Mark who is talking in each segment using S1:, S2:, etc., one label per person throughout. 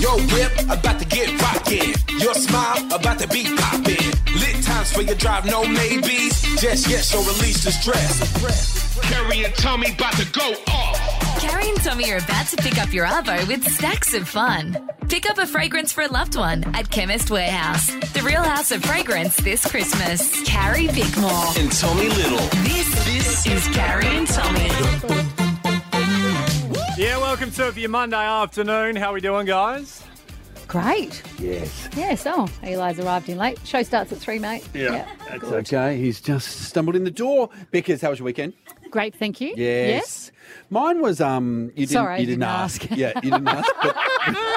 S1: Your whip about to get rockin'. Your smile about to be poppin'. Lit times for your drive, no maybes. Just yes, or release the stress.
S2: Carrie and Tommy about to go off.
S3: Carrie and Tommy are about to pick up your Arvo with stacks of fun. Pick up a fragrance for a loved one at Chemist Warehouse. The real house of fragrance this Christmas. Carrie Bickmore.
S4: And Tommy Little.
S3: This, this is Carrie and Tommy.
S5: Yeah, welcome to it for your Monday afternoon. How we doing, guys?
S6: Great.
S7: Yes.
S6: Yes. Oh, Eli's arrived in late. Show starts at three, mate.
S7: That's okay. He's just stumbled in the door. Beckers, how was your weekend?
S6: Great. Thank you.
S7: Yes. Mine was um you didn't
S6: Sorry, I
S7: you didn't,
S6: didn't
S7: ask.
S6: ask.
S7: yeah, you didn't ask, but,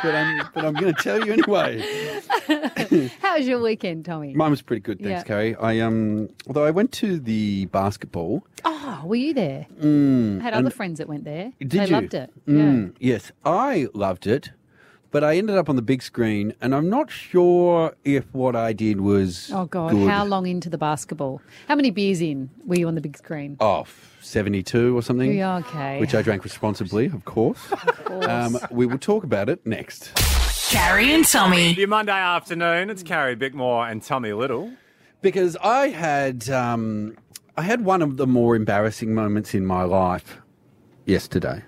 S7: but I'm but I'm gonna tell you anyway.
S6: Yes? How was your weekend, Tommy?
S7: Mine was pretty good, thanks,
S6: Yeah.
S7: Carrie. I um although I went to the basketball.
S6: oh, were you there? I had other friends that went there.
S7: Mm. Did
S6: they
S7: you?
S6: loved it. Yeah.
S7: Mm, Yes. I loved it, but I ended up on the big screen and I'm not sure if what I did was
S6: Oh God!
S7: good.
S6: How long into the basketball? How many beers in were you on the big screen?
S7: Oh, f- 72 or something.
S6: Yeah, okay.
S7: Which I drank responsibly, of course. Um, we will talk about it next.
S3: Carrie and Tommy.
S5: Your Monday afternoon. It's Carrie Bickmore and Tommy Little.
S7: because I had um, I had one of the more embarrassing moments in my life yesterday.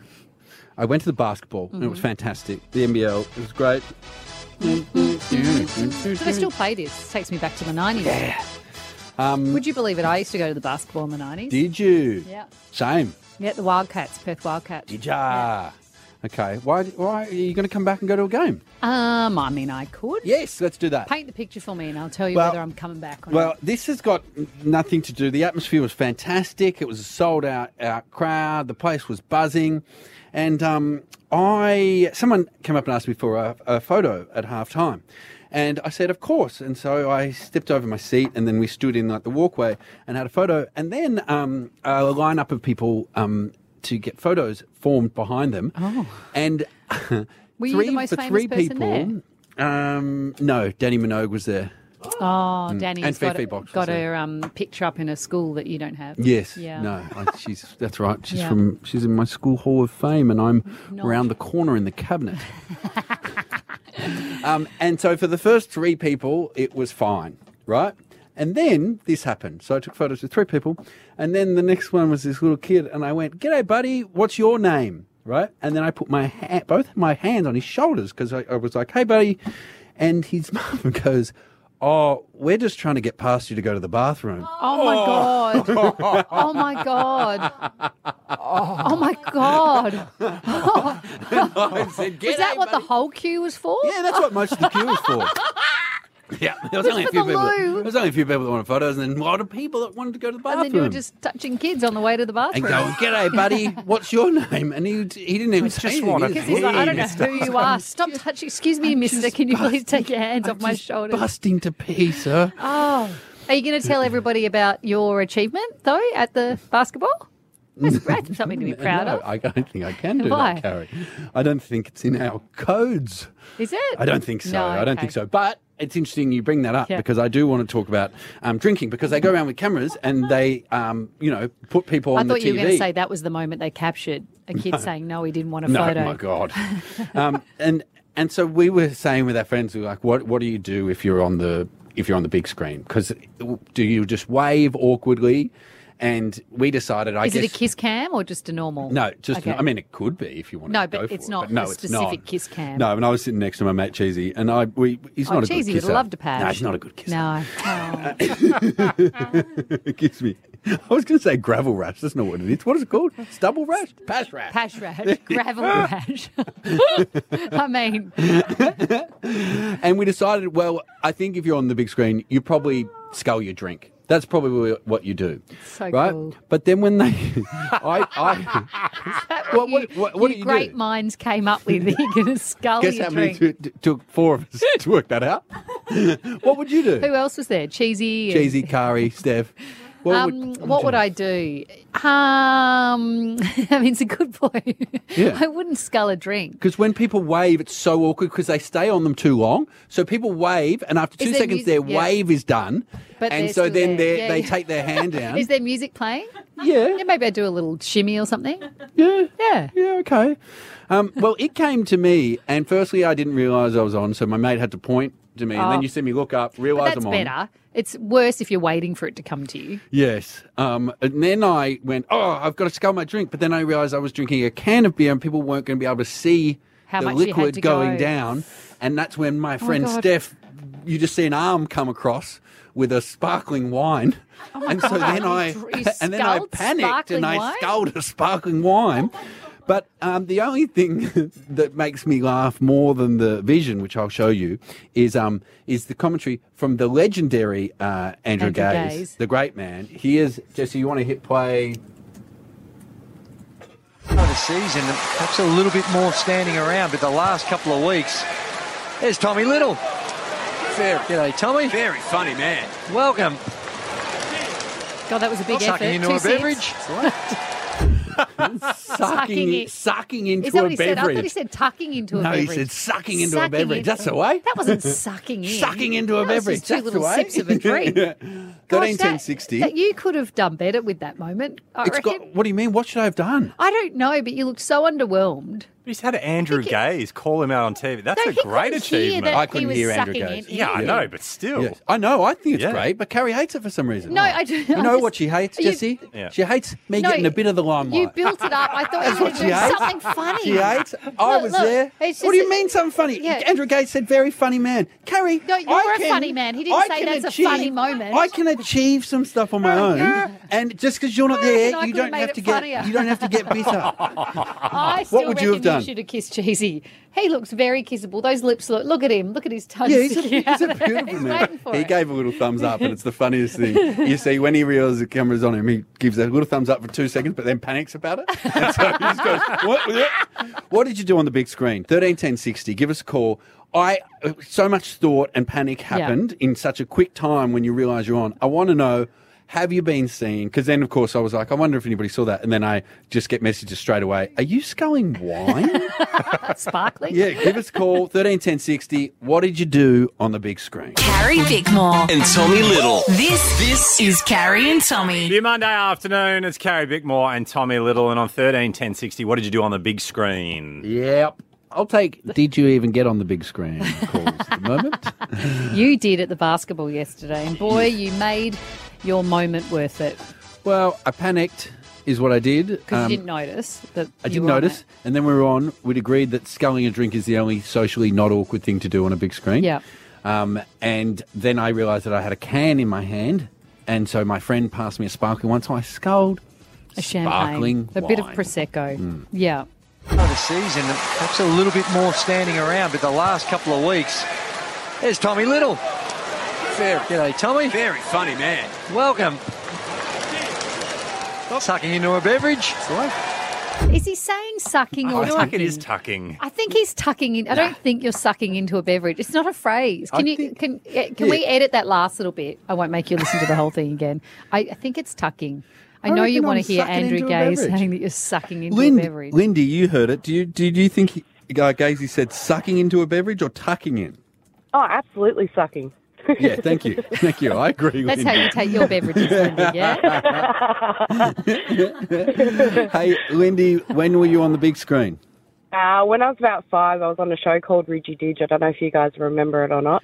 S7: I went to the basketball and it
S6: Mm-hmm.
S7: was fantastic. The NBL, it was great.
S6: But I still
S7: Hmm.
S6: play this. It takes me back to the nineties. Yeah. Would you believe it? I used to go to the basketball in the nineties.
S7: Um, Did you?
S6: Yeah.
S7: Same.
S6: Yeah, the Wildcats, Perth Wildcats.
S7: Did ya? Okay. Why? Why are you going to come back and go to a game?
S6: Um, I mean, I could.
S7: Yes, let's do that.
S6: Paint the picture for me, and I'll tell you
S7: Well-
S6: whether I'm coming back or
S7: Well,
S6: not.
S7: this has got n- nothing to do. The atmosphere was fantastic. It was a sold out, out crowd. The place was buzzing, and um, I someone came up and asked me for a, a photo at half time. And I said, of course. And so I stepped over my seat, and then we stood in like the walkway and had a photo. And then um, a lineup of people um, to get photos formed behind them. Oh. And
S6: Were you
S7: three
S6: the most
S7: for
S6: famous
S7: three
S6: person
S7: people. Um, no, Danny Minogue was there.
S6: Oh, Danny's
S7: mm, And
S6: got,
S7: Fifi
S6: a-
S7: Box was
S6: got
S7: there.
S6: her um, picture up in a school that you don't have.
S7: Yes.
S6: Yeah.
S7: No. I, she's that's right. She's
S6: Yeah.
S7: from she's in my school hall of fame, and I'm
S6: Not.
S7: around the corner in the cabinet. um, and so for the first three people, it was fine, right? And then this happened. So I took photos with three people, and then the next one was this little kid, and I went, "G'day, buddy. What's your name?" Right? And then I put my ha- both my hands on his shoulders because I, I was like, "Hey, buddy," and his mum goes. Oh, we're just trying to get past you to go to the bathroom.
S6: Oh my god! Oh my god! Oh my god!
S7: Oh. I said,
S6: Is that what the whole queue was for?
S7: Yeah, that's what most of the queue was for. Yeah, there was, only a
S6: for
S7: few
S6: the
S7: people. That,
S6: loo.
S7: there was only a few people that wanted photos, and then a lot of people that wanted to go to the
S6: And
S7: bathroom.
S6: then you were just touching kids on the way to the
S7: and
S6: bathroom.
S7: going, "G'day, buddy, what's your name?" And he he didn't even
S5: just
S7: say
S5: want a
S7: anything.
S6: Because
S7: He
S6: he's like, I don't know
S7: just-
S6: who you are. Stop touching. Excuse me, mister.
S7: just
S6: Can you
S7: bust-
S6: please take your hands
S7: I'm
S6: off my
S7: just
S6: shoulders?
S7: Busting to pee, sir.
S6: Oh. Are you going to tell everybody about your achievement, though, at the basketball? That's, that's something to be proud
S7: No,
S6: of.
S7: I don't think I can do
S6: Why?
S7: that, Carrie. I don't think it's in our codes.
S6: Is it?
S7: I don't think so.
S6: No,
S7: I don't
S6: okay.
S7: think so. But it's interesting you bring that up
S6: Yeah.
S7: because I do want to talk about um, drinking because they go around with cameras and they, um, you know, put people
S6: I
S7: on the TV.
S6: thought you were going to say that was the moment they captured a kid saying, no, he didn't want a
S7: No,
S6: photo.
S7: my God. um, and and so we were saying with our friends, we were like, what what do you do if you're on the if you're on the big screen? Because do you just wave awkwardly? And we decided, I
S6: Is
S7: guess
S6: it a kiss cam or just a normal?
S7: no, just
S6: Okay.
S7: I mean, it could be if you want.
S6: No,
S7: to
S6: but
S7: go for
S6: it's
S7: it,
S6: not
S7: no,
S6: a
S7: it's
S6: specific
S7: not.
S6: kiss cam.
S7: No, and I was sitting next to my mate Cheesy, and I we he's
S6: Oh,
S7: not a
S6: Cheesy
S7: good
S6: would
S7: kisser.
S6: love to pat.
S7: No, he's not a good kisser.
S6: No. Oh.
S7: Excuse me. I was going to say gravel rash. That's not what it is. What is it called? Stubble rash? Pash rash.
S6: Pash rash, gravel rash. I mean,
S7: And we decided, well, I think if you're on the big screen, you probably scull your drink. That's probably what you do.
S6: so
S7: right?
S6: cool.
S7: But then when they, I, I What- what- what- what
S6: you
S7: do you
S6: great
S7: do?
S6: minds came up with that you're going to scull
S7: guess
S6: your
S7: how many
S6: drink.
S7: t- t- took four of us to work that out. what would you do?
S6: Who else was there? Cheesy. and-
S7: Cheesy, Kari, Steph. What
S6: um, what would I do? Um, I mean, it's a good point.
S7: Yeah.
S6: I wouldn't scull a drink.
S7: Because when people wave, it's so awkward because they stay on them too long. So people wave, and after
S6: Is
S7: two
S6: there
S7: seconds,
S6: music?
S7: their
S6: Yeah.
S7: wave is done.
S6: But
S7: and
S6: they're
S7: so
S6: still
S7: then
S6: there.
S7: they
S6: Yeah,
S7: they
S6: yeah.
S7: take their hand down.
S6: Is there music playing?
S7: yeah,
S6: Yeah, maybe I do a little shimmy or something.
S7: yeah,
S6: Yeah.
S7: yeah, okay. Um, well, it came to me, and firstly, I didn't realise I was on, so my mate had to point to me, and then
S6: Oh.
S7: you see me look up,
S6: But
S7: realise
S6: that's
S7: I'm on.
S6: better. It's worse if you're waiting for it to come to you.
S7: Yes. Um, and then I went, oh, I've got to scull my drink. But then I realised I was drinking a can of beer and people weren't going to be able to see
S6: How
S7: the
S6: much you had
S7: liquid
S6: to
S7: going
S6: go. Oh
S7: down. And that's when my friend
S6: God.
S7: Steph, you just see an arm come across with a sparkling wine. and so then
S6: You
S7: I
S6: Oh dr- you
S7: and then I
S6: sculled
S7: panicked
S6: sparkling
S7: and I
S6: wine?
S7: sculled a sparkling wine. But um, the only thing that makes me laugh more than the vision, which I'll show you, is um, is the commentary from the legendary uh, Andrew,
S6: Andrew
S7: Gaze,
S6: Gaze.
S7: the great man. He is Jesse. You want to hit play?
S4: the season, perhaps a little bit more standing around, but the last couple of weeks, there's Tommy Little.
S8: Very,
S4: G'day, Tommy.
S8: very funny man.
S4: Welcome.
S6: God, that was a big effort.
S4: Sucking into
S6: Two
S4: a
S6: sips.
S4: beverage.
S7: Sucking,
S6: it.
S7: sucking into
S6: Is that
S7: a
S6: what he said? I
S7: beverage.
S6: thought he said tucking into a
S7: no, he
S6: beverage.
S7: said sucking into a
S6: Sucking
S7: beverage.
S6: in-
S7: That's the way.
S6: That wasn't sucking in.
S7: Sucking into a
S6: That was
S7: beverage.
S6: just two
S7: That's
S6: little
S7: the way.
S6: sips of a drink.
S7: Yeah.
S6: Gosh,
S7: 1360.
S6: That, that you could have done better with that moment. I
S7: It's
S6: reckon.
S7: got. What do you mean? What should I have done?
S6: I don't know, but you looked so underwhelmed.
S5: He's had Andrew Gaze call him out on TV. That's
S6: No,
S5: a
S6: he
S5: great
S6: couldn't hear
S5: achievement.
S6: that
S7: I
S6: he
S7: couldn't
S6: was
S7: hear Andrew
S6: sucking
S7: Gaze.
S6: in
S5: yeah, I
S6: either.
S5: know, but still.
S7: Yes, I know. I think it's
S5: Yeah.
S7: great, but Carrie hates it for some reason.
S6: No,
S7: Oh.
S6: I do-
S7: You
S6: I
S7: know what
S6: just-
S7: she hates,
S6: you-
S7: Jesse?
S5: Yeah.
S7: She hates me
S6: No,
S7: getting a bit of the
S6: You
S7: limelight.
S6: built it up. I thought you were
S7: what
S6: going
S7: she
S6: to do
S7: hates.
S6: something funny.
S7: She hates. I
S6: Look,
S7: was
S6: look,
S7: there.
S6: it's
S7: What do you
S6: just-
S7: mean, some funny?
S6: Yeah.
S7: Andrew Gates said, "Very funny man." Carrie,
S6: No, you're
S7: I
S6: a
S7: can-
S6: funny man. He didn't
S7: I
S6: say
S7: can
S6: that's a funny
S7: achieve-
S6: moment. Uh,
S7: I can achieve some stuff on my own, and just because you're not there,
S6: reckon I
S7: you
S6: could've
S7: don't
S6: made
S7: have
S6: it
S7: to get.
S6: funnier.
S7: You don't have to get bitter.
S6: I still
S7: would you
S6: reckon
S7: have done?
S6: You should have kissed Cheesy. He looks very kissable. Those lips look. Look at him. Look at his tongue.
S7: Yeah, he's a,
S6: sticking
S7: he's a
S6: out.
S7: beautiful
S6: waiting
S7: man.
S6: for
S7: He
S6: it.
S7: gave a little thumbs up, and it's the funniest thing. You see, when he realizes the camera's on him, he gives a little thumbs up for two seconds, but then panics about it. And so he just goes, what? was that?" What did you do on the big screen? Thirteen ten sixty. Give us a call. I uh, so much thought and panic happened in such a quick time when you realise you're on. I want to know. Have you been seen? Because then, of course, I was like, I wonder if anybody saw that. And then I just get messages straight away. Are you sculling wine?
S6: sparkling.
S7: yeah, give us a call. 131060. What did you do on the big screen?
S3: Carrie Bickmore.
S8: And Tommy Little.
S3: This, this is Carrie and Tommy.
S5: Your Monday afternoon, it's Carrie Bickmore and Tommy Little, and on 13 10 60, what did you do on the big screen?
S7: Yep. I'll take did you even get on the big screen calls at the moment?
S6: You did at the basketball yesterday, and boy, you made your moment worth it
S7: Well, I panicked is what I did.
S6: because
S7: Um,
S6: you didn't notice that.
S7: I
S6: you
S7: didn't
S6: were on
S7: notice.
S6: it.
S7: And then we were on. We'd agreed that sculling a drink is the only socially not awkward thing to do on a big screen.
S6: Yeah.
S7: Um, and then I realised that I had a can in my hand. And so my friend passed me a sparkling one. So I sculled.
S6: A champagne,
S7: Sparkling
S6: a bit of
S7: wine. Mm.
S6: prosecco. Yeah.
S4: Of the season, perhaps a little bit more standing around, but the last couple of weeks, there's Tommy Little.
S8: Very,
S4: G'day, Tommy.
S8: very funny man.
S4: Welcome. Sucking into a beverage.
S6: Is he saying sucking or
S5: I
S6: tucking?
S5: think it is tucking.
S6: I think he's tucking in. I don't think you're sucking into a beverage. It's not a phrase. Can
S7: I
S6: you
S7: think-
S6: can eh, can we
S7: Yeah.
S6: edit that last little bit? I won't make you listen to the whole thing again. I, I think it's tucking.
S7: I
S6: I, know you
S7: reckon
S6: want
S7: I'm
S6: to hear
S7: sucking
S6: Andrew
S7: into a
S6: Gaze
S7: beverage.
S6: saying that you're sucking into a beverage.
S7: Lindy, you heard it. Do you do you think he, uh, Gazy said sucking into a beverage or tucking in?
S9: Oh, absolutely sucking.
S7: Yeah, thank you, thank you. I agree.
S6: That's how
S7: Lindy.
S6: you take your beverages, Lindy, yeah?
S7: Hey, Lindy, when were you on the big screen?
S9: Uh, when I was about five, I was on a show called Ridgy Didge. I don't know if you guys remember it or not.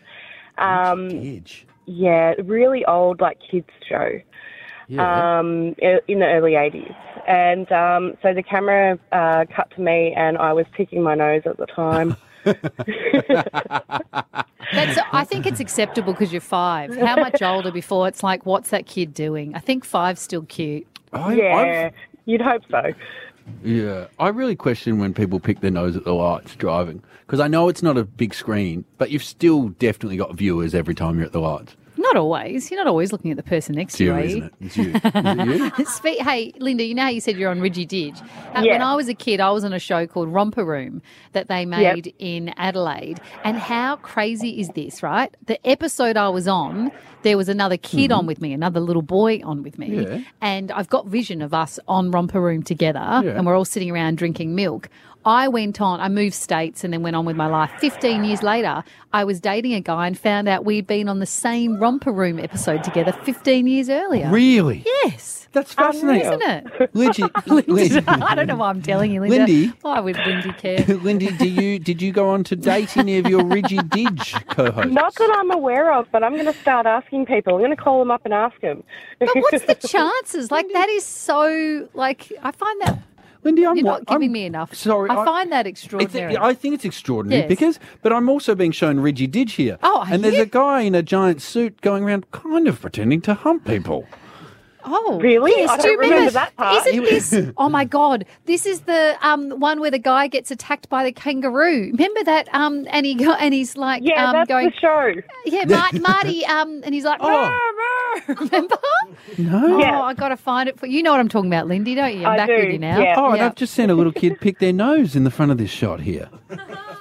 S9: Um,
S7: Edge.
S9: yeah, really old, like kids show
S7: Yeah.
S9: um, i- in the early 80s. And um, so the camera uh, cut to me, and I was picking my nose at the time.
S6: That's, I think it's acceptable because you're five. How much older before it's like, what's that kid doing? I think five's still cute.
S7: I,
S9: yeah, you'd hope so.
S7: I've- yeah. I really question when people pick their nose at the lights driving because I know it's not a big screen, but you've still definitely got viewers every time you're at the lights.
S6: No, Not always. You're not always looking at the person next
S7: It's
S6: to you,
S7: you,
S6: are you?
S7: isn't it? It's you. Is it you?
S6: Spe- hey, Linda, you know how you said you're on Ridgy Didge? Uh,
S9: Yeah.
S6: When I was a kid, I was on a show called Romper Room that they made in Adelaide. And how crazy is this, right? The episode I was on, there was another kid on with me, another little boy on with me.
S7: Mm-hmm. Yeah.
S6: And I've got vision of us on Romper Room together,
S7: Yeah.
S6: and we're all sitting around drinking milk. I went on, I moved states and then went on with my life. 15 years later, I was dating a guy and found out we'd been on the same Romper Room episode together 15 years earlier.
S7: Really?
S6: Yes.
S7: That's fascinating.
S6: Isn't it?
S7: Lindsay,
S6: Linda, I don't know why I'm telling you, Linda.
S7: Lindy.
S6: Why would Lindy care?
S7: Lindy, do you did you go on to date any of your Ridgy Didge co-hosts?
S9: Not that I'm aware of, but I'm going to start asking people. I'm going to call them up and ask them.
S6: But what's the chances? Like that is so like I find that
S7: Lindy, I'm
S6: you're
S7: wa-
S6: not giving
S7: I'm
S6: me enough.
S7: Sorry,
S6: I, find that extraordinary.
S7: It's, e, I think it's extraordinary
S6: Yes.
S7: because, but I'm also being shown Ridgy Didge here.
S6: Oh, are
S7: and there's
S6: you?
S7: a guy in a giant suit going around, kind of pretending to hump people.
S6: oh,
S9: Really?
S6: Yes,
S9: I
S6: do you
S9: don't remember
S6: remember
S9: that part.
S6: Isn't this? Oh my god! This is the um one where the guy gets attacked by the kangaroo. Remember that? Um, and he go, and he's like,
S9: Yeah,
S6: um,
S9: that's
S6: going,
S9: the show.
S6: yeah, Marty, Marty, um, and he's like,
S7: Oh.
S6: "Rah, rah." remember?
S7: No.
S6: Oh,
S9: Yeah.
S6: I gotta find it for you. Know what I'm talking about, Lindy? Don't you? I'm
S9: I
S6: back
S9: do,
S6: with you now.
S9: yeah.
S7: Oh, and I've just seen a little kid pick their nose in the front of this shot here.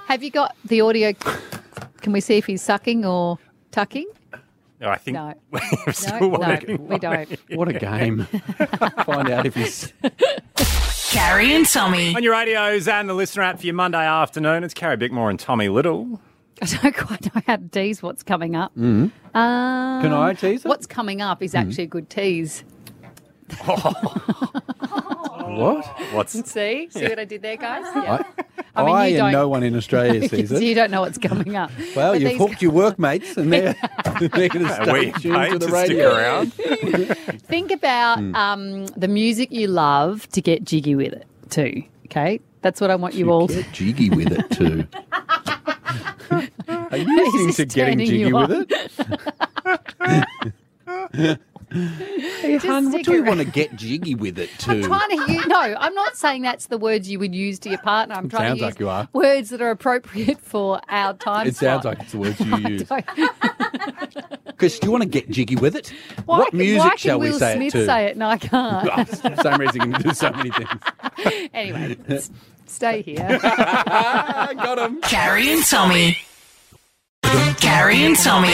S6: Have you got the audio? Can we see if he's sucking or tucking?
S5: No, I think
S6: No.
S5: we're still
S6: No, no,
S5: waiting.
S6: we don't.
S7: What a game. Find out if he's.
S3: Carrie and Tommy.
S5: On your radios and the listener app for your Monday afternoon, it's Carrie Bickmore and Tommy Little.
S6: I don't quite know how to tease what's coming up. Um,
S7: Mm-hmm. Can I Mm-hmm. tease it?
S6: What's coming up is actually a good tease.
S7: What?
S5: What's
S6: See, see what I did there, guys?
S7: I,
S6: Yeah.
S7: I,
S6: I mean, you
S7: and
S6: don't-
S7: no one in Australia sees
S6: so you
S7: it.
S6: don't know what's coming up.
S7: Well,
S6: But
S7: you've
S6: these
S7: hooked your workmates, and they're, they're going to
S5: are
S7: stay
S5: we
S7: tuned to
S5: paid
S7: the
S5: to stick
S7: radio.
S5: around?
S6: Think about
S7: Mm.
S6: um, the music you love to get jiggy with it too. Okay, that's what I want you all.
S7: Get jiggy with it too. Are you
S6: This is
S7: listening to getting
S6: turning
S7: jiggy
S6: you
S7: with
S6: on.
S7: it? hey, hun, what
S6: stick
S7: do you
S6: around.
S7: want to get jiggy with it too?
S6: trying to use, no, I'm not saying that's the words you would use to your partner. I'm trying
S7: sounds
S6: to
S7: like
S6: use
S7: you are.
S6: words that are appropriate for our time.
S7: it sounds
S6: slot.
S7: like it's the words you use.
S6: Don't-
S7: Chris, do you want to get jiggy with it?
S6: Why,
S7: what
S6: can-
S7: music
S6: why can
S7: shall
S6: Will
S7: we say
S6: Smith
S7: it to?
S6: say it and I can't?
S7: Oh, same reason you can do so many things.
S6: Anyway, s- stay here.
S7: I got him.
S3: Carrie and Tommy. Carrie and Tommy.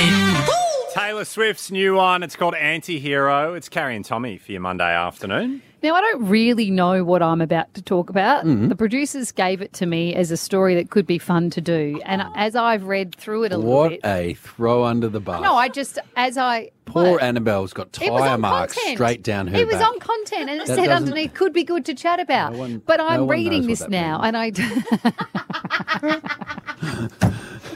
S5: Taylor Swift's new one. It's called Anti Hero. It's Carrie and Tommy for your Monday afternoon.
S6: Now, I don't really know what I'm about to talk about.
S7: Mm-hmm.
S6: The producers gave it to me as a story that could be fun to do. And as I've read through it a little
S7: What
S6: bit.
S7: a throw under the bus.
S6: no, I just, as I.
S7: Poor
S6: what?
S7: Annabelle's got
S6: It was
S7: tyre
S6: on
S7: marks
S6: content.
S7: straight down her
S6: It was
S7: back.
S6: on content, and it
S7: That
S6: said
S7: doesn't-
S6: underneath could be good to chat about.
S7: No one-
S6: but
S7: no
S6: I'm
S7: one knows
S6: reading
S7: what
S6: this
S7: that
S6: now,
S7: means.
S6: and I. D-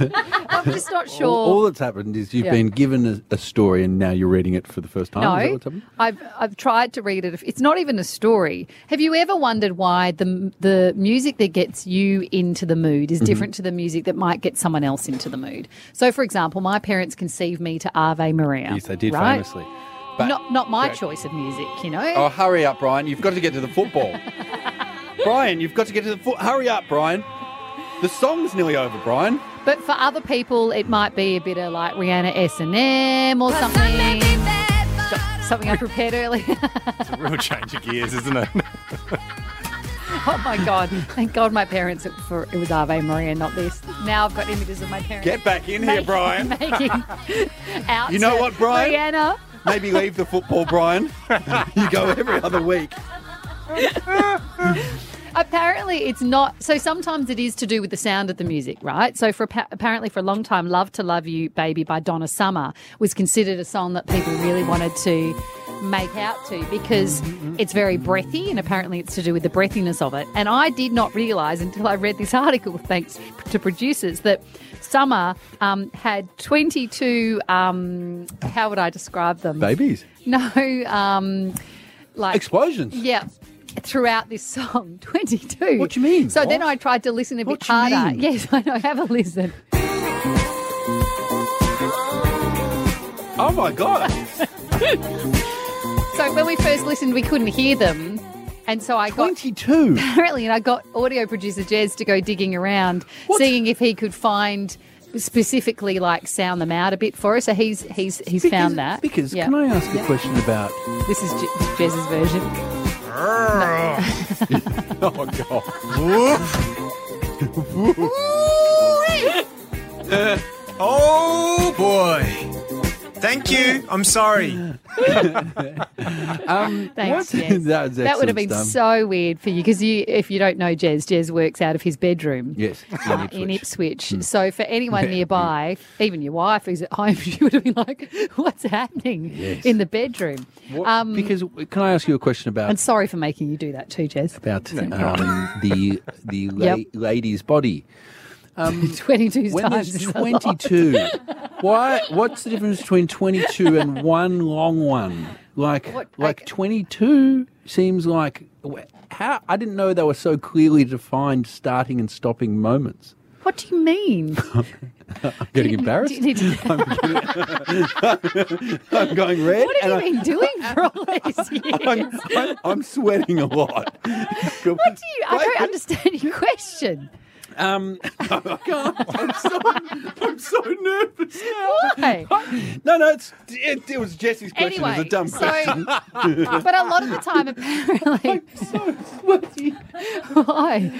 S6: I'm just not sure.
S7: All, all that's happened is you've
S6: Yeah.
S7: been given a, a story and now you're reading it for the first time. Is that
S6: No,
S7: what's happened?
S6: I've I've tried to read it. It's not even a story. Have you ever wondered why the the music that gets you into the mood
S7: Mm-hmm.
S6: is different to the music that might get someone else into the mood? So, for example, my parents conceived me to Ave Maria.
S7: Yes, they did
S6: right?
S7: famously. But
S6: not not my choice of music, you know.
S7: oh, hurry up, Brian! You've got to get to the football. Brian, you've got to get to the foot. Hurry up, Brian! The song's nearly over, Brian.
S6: But for other people, it might be a bit of like Rihanna S and M or something. Something I prepared earlier.
S5: It's a real change of gears, isn't it?
S6: oh my god! Thank God my parents for it was Ave Maria, not this. Now I've got images of my parents.
S7: Get back in here,
S6: Make-
S7: Brian.
S6: making out.
S7: You know
S6: to
S7: what, Brian?
S6: Rihanna.
S7: Maybe leave the football, Brian. you go every other week.
S6: Apparently, it's not. So sometimes it is to do with the sound of the music, right? So for appa- apparently for a long time, "Love to Love You, Baby" by Donna Summer was considered a song that people really wanted to make out to because it's very breathy, and apparently it's to do with the breathiness of it. And I did not realise until I read this article, thanks to producers, that Summer um, had twenty-two. Um, how would I describe them?
S7: Babies,
S6: No, um, like
S7: explosions.
S6: yeah. Throughout this song, 22.
S7: What do you mean?
S6: So then
S7: What?
S6: I tried to listen a bit
S7: What do you
S6: harder.
S7: mean?
S6: Yes, I know. Have a listen.
S7: Oh my god!
S6: So when we first listened, we couldn't hear them. And so I got,
S7: Twenty-two.
S6: apparently, and I got audio producer Jez to go digging around,
S7: What?
S6: seeing if he could find specifically like sound them out a bit for us. So he's he's he's found that.
S7: Because
S6: Yeah.
S7: can I ask a question about?
S6: This is Je- Jez's version.
S7: Oh God!
S10: Oh boy. Thank you. I'm sorry.
S6: Thanks,
S7: What?
S6: Jez.
S7: That was
S6: That would
S7: excellent
S6: have been
S7: stuff.
S6: so weird for you because you, if you don't know Jez, Jez works out of his bedroom.
S7: Yes, in
S6: uh, in
S7: Ipswich.
S6: Ipswich.
S7: Hmm.
S6: So for anyone nearby, even your wife who's at home, she would have been like, "What's happening
S7: Yes.
S6: in the bedroom?"
S7: What-
S6: Um,
S7: because can I ask you a question about
S6: and sorry for making you do that too, Jez.
S7: about um, the the la-
S6: Yep.
S7: lady's body?
S6: Twenty-two
S7: When
S6: times.
S7: there's
S6: is a lot.
S7: 22, why? What's the difference between 22 and one long one? Like,
S6: What-
S7: like
S6: like-
S7: 22 seems like how I didn't know they were so clearly defined starting and stopping moments.
S6: What do you mean?
S7: I'm getting
S6: Do
S7: embarrassed.
S6: you need to-
S7: I'm going red.
S6: what
S7: and
S6: have you been doing for all these
S7: I,
S6: years?
S7: am I'm, I'm sweating a lot.
S6: What do you? I don't understand your question.
S7: Um, I can't. I'm so, I'm so nervous now.
S6: Why?
S7: No, no, it's, it, it was Jesse's question. it was
S6: Anyway,
S7: a dumb
S6: so,
S7: question.
S6: but a lot of the time, apparently, why?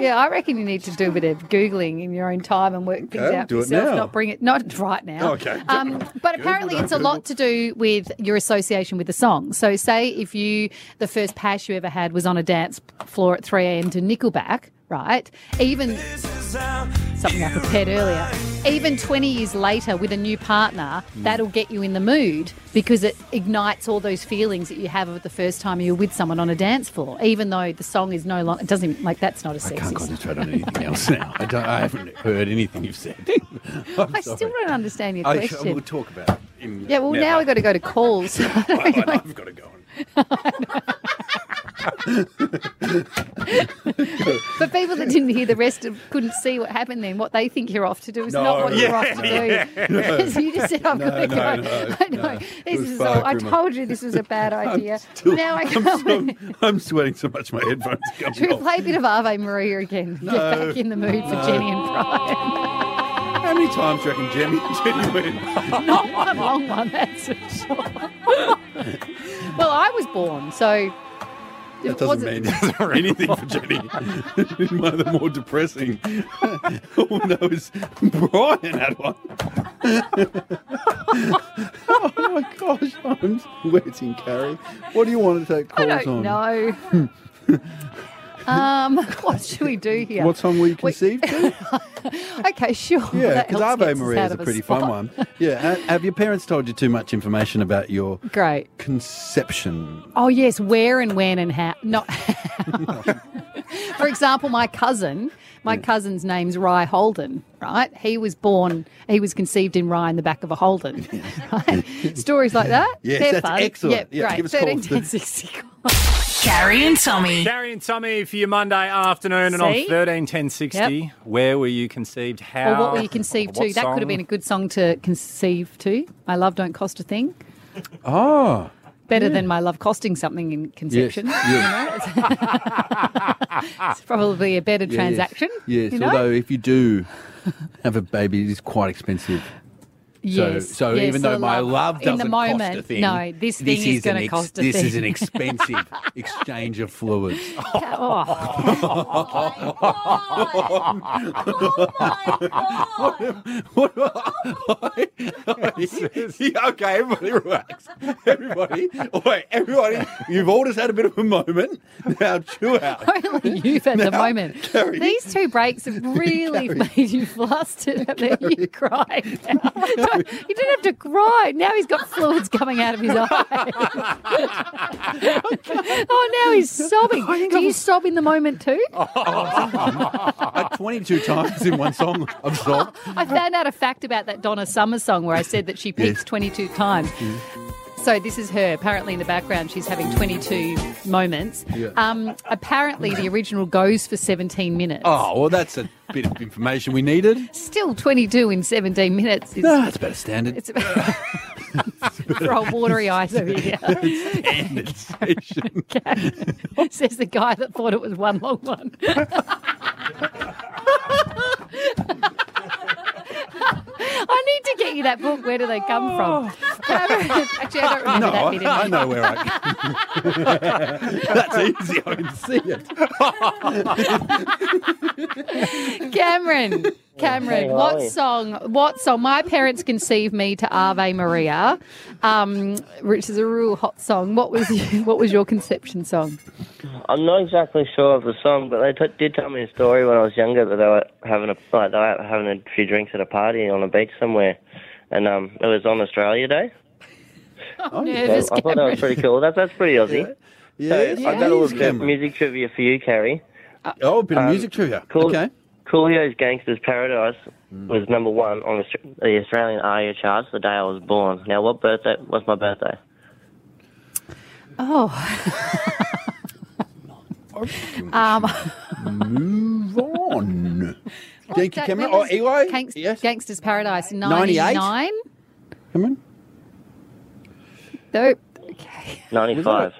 S6: Yeah, I reckon you need to do a bit of googling in your own time and work things
S7: Okay,
S6: out
S7: do it
S6: yourself.
S7: now.
S6: Not bring it, not right now.
S7: Okay.
S6: Um, but apparently, it's a lot to do with your association with the song. So, say if you the first pass you ever had was on a dance floor at three a.m. to Nickelback, right? Even something I prepared earlier. Even 20 years later, with a new partner,
S7: Mm.
S6: that'll get you in the mood because it ignites all those feelings that you have of the first time you were with someone on a dance floor, even though the song is no longer, it doesn't, even- like, that's not a
S7: I can't
S6: sexist.
S7: concentrate on anything else now. I, don't, I haven't heard anything you've said. I'm
S6: I still
S7: sorry.
S6: don't understand your
S7: I sh-
S6: question.
S7: we'll talk about it. In
S6: yeah, well, now we've got to go to calls.
S7: I've got to go on.
S6: For people that didn't hear the rest of, couldn't see what happened then, what they think you're off to do is not
S7: No,
S6: what you're off to do. So you just said, I've got to go.
S7: no,
S6: I know.
S7: no. It
S6: This
S7: was
S6: is
S7: far
S6: all, I
S7: grimmer.
S6: told you this was a bad idea.
S7: still-
S6: now I
S7: I'm,
S6: can't.
S7: so, I'm sweating so much my headphones are
S6: Should we
S7: coming off.
S6: play a bit of Ave Maria again? Get back in the mood for Jenny and Brian.
S7: How many times do you reckon Jenny, Jenny went?
S6: Not one long one, that's for sure. well, I was born, so.
S7: That doesn't mean anything for Jenny. one of the more depressing. All we know is Brian had one. oh my gosh, I'm sweating, Carrie. What do you want to take
S6: I
S7: calls
S6: don't
S7: on?
S6: know. um, what should we do here?
S7: What song were you
S6: Wait.
S7: conceived to?
S6: Okay, sure.
S7: Yeah,
S6: that
S7: because
S6: helps
S7: Ave
S6: gets us
S7: Maria
S6: out
S7: is a
S6: of
S7: pretty
S6: spot.
S7: fun one. Yeah, ha- have your parents told you too much information about your
S6: Great.
S7: conception?
S6: Oh yes, where and when and how. Not. For example, my cousin, my cousin's name's Rye Holden, right? He was born, he was conceived in Rye in the back of a Holden. Right? Stories like that.
S7: Yes,
S6: they're
S7: that's
S6: fun.
S7: excellent.
S6: Yep,
S7: Yeah,
S6: great.
S7: give us calls.
S6: 13, 10, 60.
S3: Carrie and Tommy.
S5: Gary and Tommy for your Monday afternoon, and on
S6: See?
S5: thirteen ten sixty,
S6: Yep.
S5: where were you conceived? How?
S6: Or what were you conceived
S5: Uh, what
S6: to? That could have been a
S5: song?
S6: good song to conceive to. My love don't cost a thing.
S7: Oh,
S6: Better than my love costing something in
S7: yes.
S6: conception.
S7: yes.
S6: It's probably a better
S7: Yeah, yes.
S6: transaction.
S7: Yes,
S6: you know?
S7: although if you do have a baby, it is quite expensive. So,
S6: yes,
S7: so
S6: yes,
S7: even
S6: the
S7: though my love
S6: in
S7: doesn't
S6: the moment,
S7: cost a thing,
S6: no, this thing is,
S7: an
S6: going to
S7: ex-
S6: cost a
S7: This
S6: thing.
S7: is an expensive exchange of fluids.
S6: Oh,
S7: okay, everybody relax. Everybody, wait, everybody, you've all just had a bit of a moment. Now chew out.
S6: only you've at the moment.
S7: Carrie.
S6: These two breaks have really made you flustered. Up there. You crying. now. Don't- you didn't have to cry. Now he's got fluids coming out of his eyes. oh, now he's sobbing. Do you sob in the moment too?
S7: Like 22 times in one song, I'm sobbed.
S6: I found out a fact about that Donna Summer song where I said that she peaks
S7: Yes. Mm.
S6: 22 times. So this is her. Apparently, in the background, she's having 22 moments.
S7: Yeah.
S6: Um, apparently, the original goes for 17 minutes.
S7: Oh, well, that's a bit of information we needed.
S6: Still 22 in 17 minutes. Is,
S7: No, that's about a standard.
S6: It's throw watery eyes over here.
S7: standard station.
S6: Says the guy that thought it was one long one. you that book. Where do they come from? Actually, I don't remember
S7: No,
S6: that bit.
S7: I, I
S6: anymore.
S7: know where I. That's easy. I can see it.
S6: Cameron, Cameron,
S7: Hey, how are
S6: what
S7: you?
S6: song? What song? My parents conceived me to Ave Maria, um, which is a real hot song. What was what was your conception song?
S11: I'm not exactly sure of the song, but they t- did tell me a story when I was younger that they were having a like they were out having a few drinks at a party on a beach somewhere, and um, it was on Australia Day.
S6: Oh,
S11: So I thought that was pretty cool. That's that's pretty Aussie.
S7: Yeah,
S11: so I've got a
S7: yes,
S11: little bit of
S7: Cameron.
S11: music trivia for you, Carrie.
S7: Oh, a bit of music trivia.
S11: Cool,
S7: Okay. Mm.
S11: Coolio's Gangster's Paradise was number one on Austra- the Australian ARIA charts the day I was born. Now, what birthday? What's my birthday?
S6: Oh. um,
S7: Move on. Thank you,
S6: that-
S7: Cameron.
S6: that
S7: Oh,
S6: was
S7: Eli?
S6: Gangs- Gangster's Paradise,
S7: 98?
S6: 99?
S7: Cameron?
S6: Nope.
S11: 95.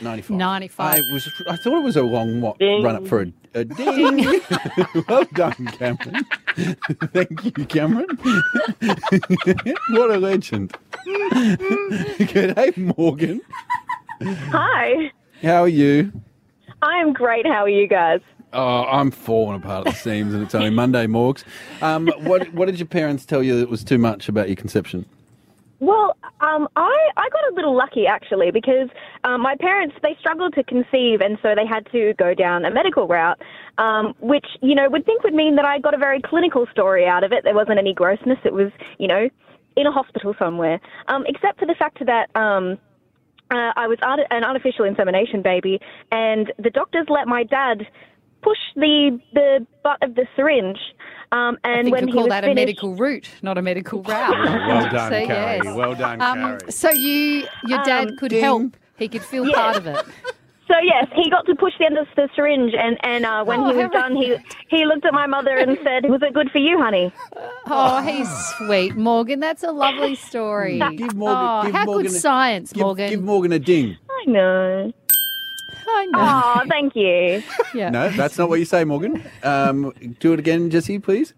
S7: 95.
S6: 95.
S7: I was. I thought it was a long wa-
S6: Ding.
S7: run up for a, a ding. well done, Cameron. Thank you, Cameron. what a legend. Good day, Morgan.
S12: Hi.
S7: How are you?
S12: I am great. How are you guys?
S7: Oh, I'm falling apart at the seams, and it's only Monday, Morgs. Um, what What did your parents tell you that was too much about your conception?
S12: Well, um, I, I got a little lucky actually because um, my parents they struggled to conceive and so they had to go down a medical route, um, which you know would think would mean that I got a very clinical story out of it. There wasn't any grossness. It was you know in a hospital somewhere, um, except for the fact that. Um, uh, I was arti an artificial insemination baby, and the doctors let my dad push the the butt of the syringe. Um, and
S6: I think
S12: when
S6: you
S12: he
S6: call
S12: was
S6: that a
S12: finished-
S6: medical route, not a medical route.
S7: well done,
S6: So,
S7: Carrie.
S6: yes.
S7: Well done,
S6: Um,
S7: Carrie. Um,
S6: so you, your dad could help. He could feel
S12: Yeah.
S6: part of it.
S12: So yes, he got to push the end of the syringe, and and uh, when
S13: Oh,
S12: he was done, he he looked at my mother and said, "Was it good for you, honey?"
S6: Oh, he's sweet, Morgan. That's a lovely story.
S7: Give Morgan.
S6: oh,
S7: give
S6: how
S7: Morgan
S6: good
S7: a-
S6: science,
S7: give,
S6: Morgan.
S7: Give Morgan a ding.
S12: I know.
S6: I
S12: know. Oh, thank you.
S6: Yeah.
S7: No, that's not what you say, Morgan. Um, do it again, Jesse, please.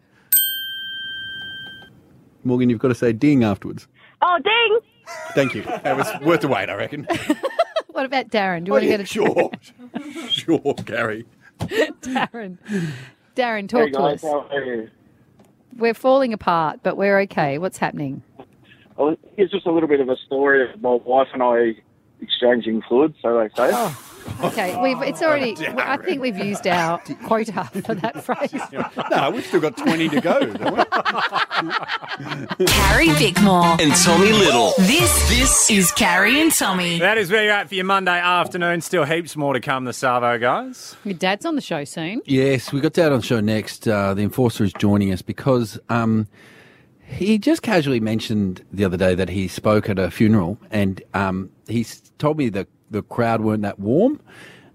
S7: Morgan, you've got to say ding afterwards.
S12: Oh, ding!
S7: Thank you. That was worth the wait, I reckon.
S6: What about Darren? Do you want to
S7: Oh, yeah,
S6: get a
S7: sure. Sure, Gary.
S6: Darren? Darren, talk to us.
S14: are you?
S6: We're falling apart, but we're okay. What's happening?
S14: Well, It's Oh, just a little bit of a story of my wife and I exchanging fluid, so they say.
S15: Oh,
S7: Oh,
S6: Okay, we've it's already. I think we've used our quota for that phrase.
S7: No, we've still got 20 to go.
S3: Carrie Bickmore
S5: And Tommy Little.
S3: This this is Carrie and Tommy.
S5: That is where you're at for your Monday afternoon. Still heaps more to come, the Savo guys.
S6: Your dad's on the show soon.
S7: Yes, we got Dad on show next. Uh, the enforcer is joining us because um, he just casually mentioned the other day that he spoke at a funeral and um, he s- told me the, the crowd weren't that warm.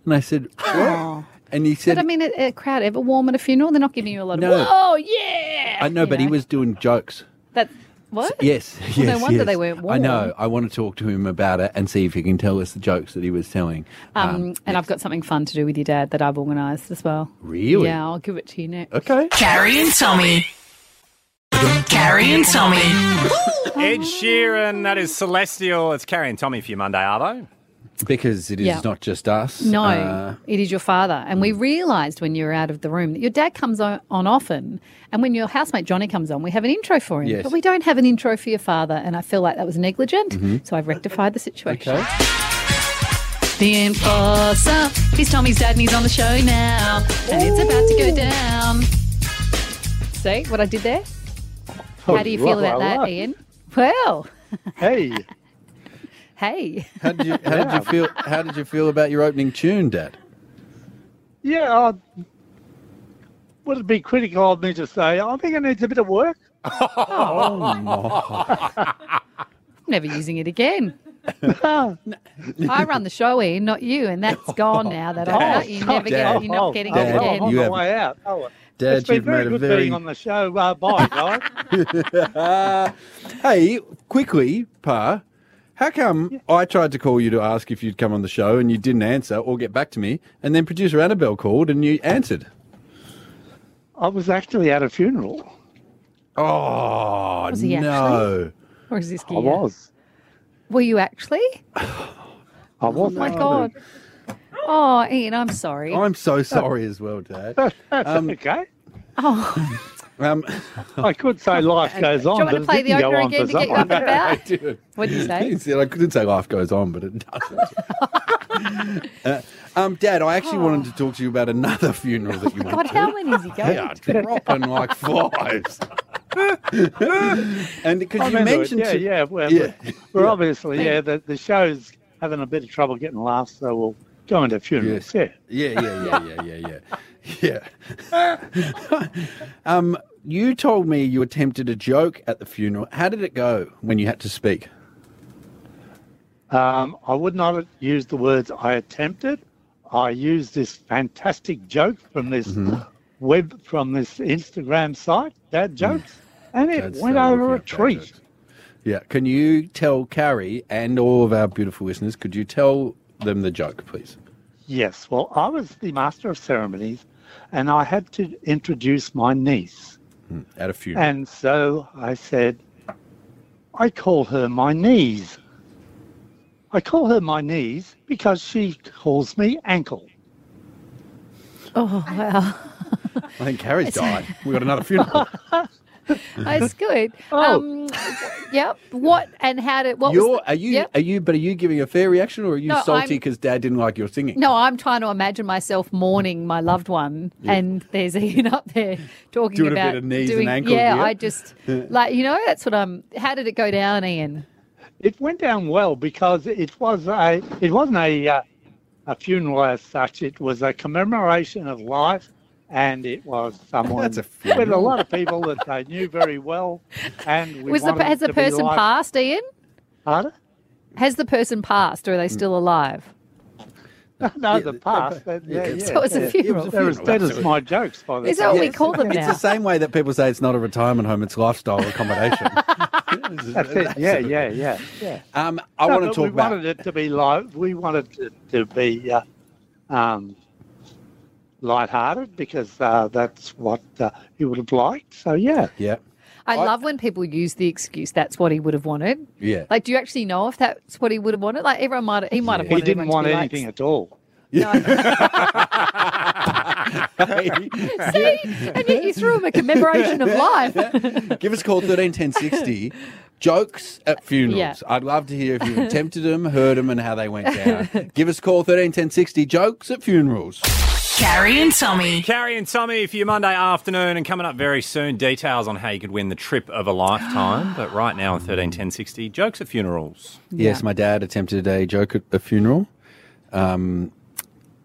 S7: And I said, what? And he said,
S6: But I mean, a, a crowd ever warm at a funeral? They're not giving you a lot of.
S7: No.
S6: Whoa, yeah.
S7: I know,
S6: you
S7: but he was doing jokes.
S6: That what?
S7: Yes,
S6: Well,
S7: yes.
S6: no wonder
S7: yes.
S6: they weren't warm. Um,
S7: I know. I want to talk to him about it and see if he can tell us the jokes that he was telling.
S6: Um, and I've got something fun to do with your dad that I've organised as well.
S7: Really? Uh,
S6: Yeah, I'll give it to you next.
S7: Okay.
S3: Carrie and Tommy. Carrie and Tommy.
S5: Ed
S6: Oh.
S5: Sheeran, that is Celestial. It's Carrie and Tommy for your Monday, Arvo.
S7: Because it is
S6: Yeah.
S7: not just us.
S6: No,
S7: Uh, Hmm.
S6: it is your father. And we realised when you were out of the room that your dad comes on, on often. And when your housemate Johnny comes on, we have an intro for him.
S7: Yes.
S6: But we don't have an intro for your father. And I feel like that was negligent.
S7: Mhm.
S6: So I've rectified the situation.
S7: Okay.
S6: The Enforcer. He's Tommy's dad and he's on the show now. And it's about to go down. See what I did there?
S15: Oh,
S6: How do you feel about that, Ian? Well,
S15: Hey,
S6: hey.
S7: how did you how did you feel how did you feel about your opening tune, Dad?
S15: yeah, I, would it be critical of me to say, I think it needs a bit of work?
S6: Never using it again.
S15: Oh.
S6: I run the show, Ian, not you, and that's gone now. That
S15: Oh,
S6: I, you never get,
S15: Dad.
S6: you're not getting
S15: Oh,
S6: it
S15: oh,
S6: again.
S15: I'm on
S7: you
S15: my
S7: have-
S15: way out. Oh,
S7: Dad,
S15: it's been
S7: you've
S15: very
S7: made a
S15: good
S7: very-
S15: being on the show. Uh, bye, guys.
S7: Uh, hey, quickly, Pa. How come I tried to call you to ask if you'd come on the show and you didn't answer or get back to me, and then producer Annabelle called and you answered?
S15: I was actually at a funeral.
S7: Oh,
S6: Was he
S7: no.
S6: Or is this
S7: I
S6: gear?
S7: was.
S6: Were you actually?
S7: I was.
S6: oh my God. Oh, Ian, I'm sorry.
S7: I'm so sorry as well, Dad.
S15: That's
S7: Um,
S15: okay.
S6: Oh,
S7: um,
S15: I could say life goes
S6: you
S15: on.
S6: want me to
S15: but it
S6: play the
S15: didn't go
S6: opener
S15: on
S6: again
S15: for
S6: to get you
S15: someone.
S6: up and about?
S7: did.
S6: What did you say?
S7: He said I couldn't say life goes on, but it doesn't. Uh, um, Dad, I actually wanted to talk to you about another funeral that you
S6: Oh. God,
S7: went
S6: how many is he
S7: to.
S6: going
S7: They are
S6: to?
S7: dropping like flies. and
S15: I
S7: because you
S15: remember it.
S7: mentioned,
S15: yeah,
S7: to-
S15: yeah, we're,
S7: Oh, yeah.
S15: we're- we're obviously, yeah, the, the show's having a bit of trouble getting laughs, so we'll go into funerals. Yeah,
S7: Yeah, yeah, yeah, yeah, yeah, yeah, yeah. um, you told me you attempted a joke at the funeral. How did it go when you had to speak?
S15: Um, I would not use the words I attempted. I used this fantastic joke from this web from this Instagram site, Dad
S7: Mm.
S15: jokes, and it
S7: Dad's
S15: went
S11: uh,
S7: so
S15: over a treat.
S7: Yeah. Can you tell Carrie and all of our beautiful listeners? Could you tell them the joke, please?
S15: Yes, well, I was the master of ceremonies, and I had to introduce my niece.
S7: At a funeral.
S15: And so I said, I call her my knees. I call her my knees because she calls me ankle.
S6: Oh, wow.
S7: I think Carrie's died. We got another funeral.
S6: That's good. Um, yep. What and how did, what was
S7: You're,
S6: the-
S7: are you?
S6: Yep.
S7: Are you? But are you giving a fair reaction, or are you
S6: No,
S7: salty
S6: I'm-
S7: because Dad didn't like your singing?
S6: No, I'm trying to imagine myself mourning my loved one,
S7: Yeah.
S6: and there's Ian up there talking
S7: Doing a bit
S6: about
S7: of knees and
S6: doing.
S7: ankle,
S6: yeah,
S7: yeah.
S6: I just like you know that's what I'm. How did it go down, Ian?
S15: It went down well because it was a it wasn't a uh, a funeral as such. It was a commemoration of life, and it was someone
S7: That's a
S15: with a
S7: funeral.
S15: lot of people that they knew very well. And we
S6: Was the,
S15: wanted
S6: has
S15: it
S6: the
S15: to be
S6: person
S15: like-
S6: passed, Ian?
S15: Pardon?
S6: Has the person passed, or are they still alive?
S15: No, the past. that- Yeah, yeah,
S6: So it's a
S15: yeah.
S6: funeral.
S15: They're as dead as my jokes. By the
S6: Is that what we
S15: time.
S6: call them
S7: It's
S6: now?
S7: the same way that people say it's not a retirement home; it's lifestyle accommodation.
S15: That's it. Yeah, yeah, yeah, yeah.
S7: Um, I
S15: No,
S7: want to
S15: but
S7: talk
S15: we
S7: about.
S15: wanted it to be light. We wanted it to be uh, um, lighthearted because uh, that's what uh, he would have liked. So yeah,
S7: yeah,
S6: I, love when people use the excuse that's what he would have wanted.
S7: yeah.
S6: Like, do you actually know if that's what he would have wanted? Like, everyone might he might have
S15: he
S6: wanted.
S15: didn't
S6: everyone
S15: want
S6: to be
S15: anything at all.
S6: Like, See, and yet you threw him a commemoration of life.
S7: Give us a call thirteen ten sixty. Jokes at funerals.
S6: Yeah.
S7: I'd love to hear if you attempted them, heard them, and how they went down. Give us a call thirteen ten sixty. Jokes at funerals.
S5: Carrie and Tommy. Carrie and Tommy for your Monday afternoon, and coming up very soon, details on how you could win the trip of a lifetime. but right now on thirteen ten sixty, jokes at funerals.
S7: Yes, my dad attempted a joke at a funeral. Um,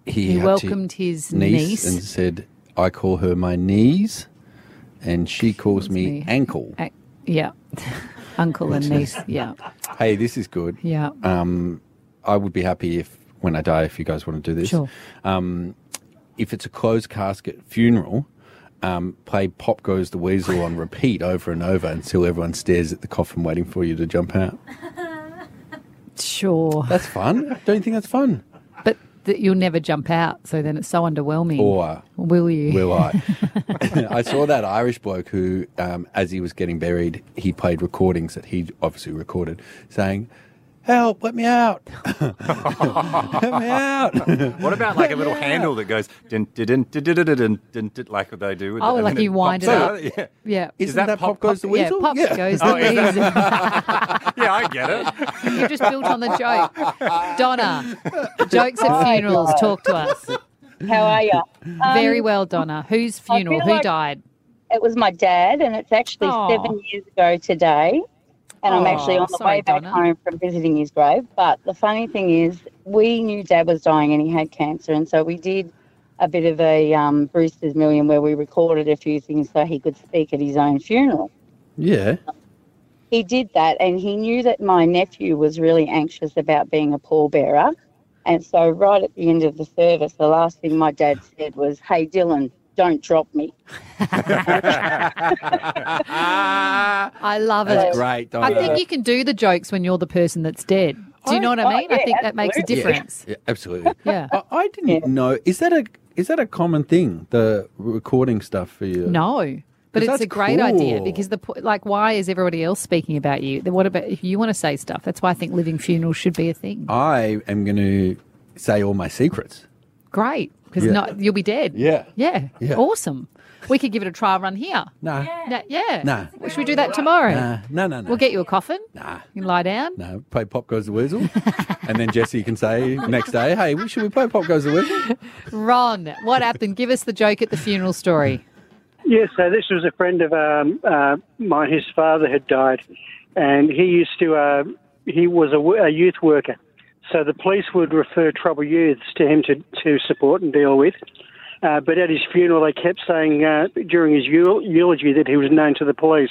S7: he
S6: He
S7: had to-
S6: welcomed his niece.
S7: and said, "I call her my knees, and she calls me,
S6: me
S7: ankle."
S6: A- yeah, uncle and niece. Yeah,
S7: Hey, this is good.
S6: yeah.
S7: Um, I would be happy if, when I die, if you guys want to do this.
S6: Sure.
S7: Um, if it's a closed casket funeral, um, play "Pop Goes the Weasel" on repeat over and over until everyone stares at the coffin waiting for you to jump out.
S6: Sure.
S7: That's fun. Don't you think that's fun?
S6: But that you'll never jump out, so then it's so underwhelming.
S7: Or
S6: will you?
S7: Will I? I saw that Irish bloke who, um, as he was getting buried, he played recordings that he obviously recorded, saying, "Help! Let me out! Let me out!"
S5: What about like a little handle that goes dun, dun, dun, dun, dun, dun, dun, dun, dun, like they do? With
S6: Oh,
S5: and
S6: like
S5: then
S6: you wind
S5: pops
S6: it
S5: out?
S6: up.
S5: Yeah.
S6: Yeah.
S5: Is that, pop, goes the
S6: Yeah, pop goes
S15: Oh,
S6: the
S5: yeah, I get it.
S6: weasel. You just built on the joke, Donna. Jokes
S7: Oh,
S6: at funerals. Talk to us.
S16: How are you?
S6: Very
S16: Um,
S6: well, Donna. Whose
S16: I
S6: funeral?
S16: feel
S6: Who
S16: like-
S6: died? Oh,
S16: It was my dad, and it's actually
S6: Aw.
S16: seven years ago today. And I'm
S6: Aw,
S16: actually on the
S6: oh, sorry,
S16: way back
S6: Donna.
S16: home from visiting his grave. But the funny thing is, we knew dad was dying and he had cancer. And so we did a bit of a um, Brewster's Million where we recorded a few things so he could speak at his own funeral.
S7: Yeah.
S16: He did that, and he knew that my nephew was really anxious about being a pallbearer. And so, right at the end of the service, the last thing my dad said was, Hey, Dylan, don't drop me.
S6: I love
S16: That's
S6: it.
S16: great,
S6: I
S16: Donna.
S6: think you can do the jokes when you're the person that's dead. Do you know
S16: Oh,
S6: what I mean? I think that makes a difference.
S7: Yeah, absolutely.
S6: Yeah.
S7: I, I didn't know. Is that a is that a common thing? The recording stuff for you?
S6: No. But it's
S7: that's
S6: a great idea
S7: cool.
S6: because the po- like, why is everybody else speaking about you? Then What about if you want to say stuff? That's why I think living funerals should be a thing.
S7: I am going to say all my secrets.
S6: Great, because
S7: Yeah.
S6: not you'll be dead.
S7: Yeah.
S6: yeah,
S7: Yeah.
S6: awesome. We could give it a try run here.
S7: No.
S6: No, yeah.
S7: No.
S6: Well, Should we do that tomorrow?
S7: Nah, no, no, no.
S6: We'll get you a coffin. Nah. You can lie down.
S7: No, play Pop Goes the Weasel. and then Jesse can say next day, hey, we- should we play Pop Goes the Weasel?
S6: Ron, what happened? Give us the joke at the funeral story.
S17: Yes, so this was a friend of um, uh, mine. His father had died, and he used to. Uh, he was a, wo- a youth worker, so the police would refer troubled youths to him to, to support and deal with. Uh, but at his funeral, they kept saying uh, during his eul- eulogy that he was known to the police.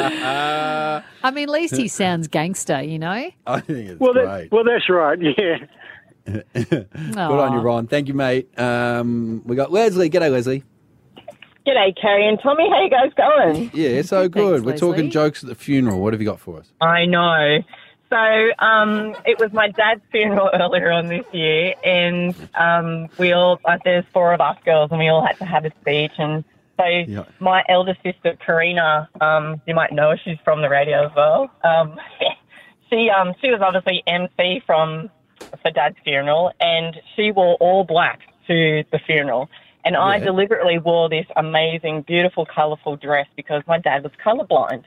S6: I mean, at least he sounds gangster, you know?
S7: I think it's
S17: well,
S7: great.
S17: that, well, that's right. Yeah.
S7: Good on you,
S6: Aw.
S7: Ron. Thank you, mate. Um, we got Leslie. G'day, Leslie.
S13: G'day, Carrie and Tommy. How you guys going?
S7: Yeah, so good. We're
S13: Leslie.
S7: talking jokes at the funeral. What have you got for
S17: Uh,
S7: us?
S13: I know. So um, it was my dad's funeral earlier on this year, and um, we all uh, there's four of us girls, and we all had to have a speech. And so
S18: Yeah.
S13: my elder sister Karina, um, you might know her, she's from the radio as well. Um, she um, she was obviously MC from for dad's funeral, and she wore all black to the funeral. And I
S19: Yeah.
S13: deliberately wore this amazing, beautiful, colourful dress because my dad was colourblind.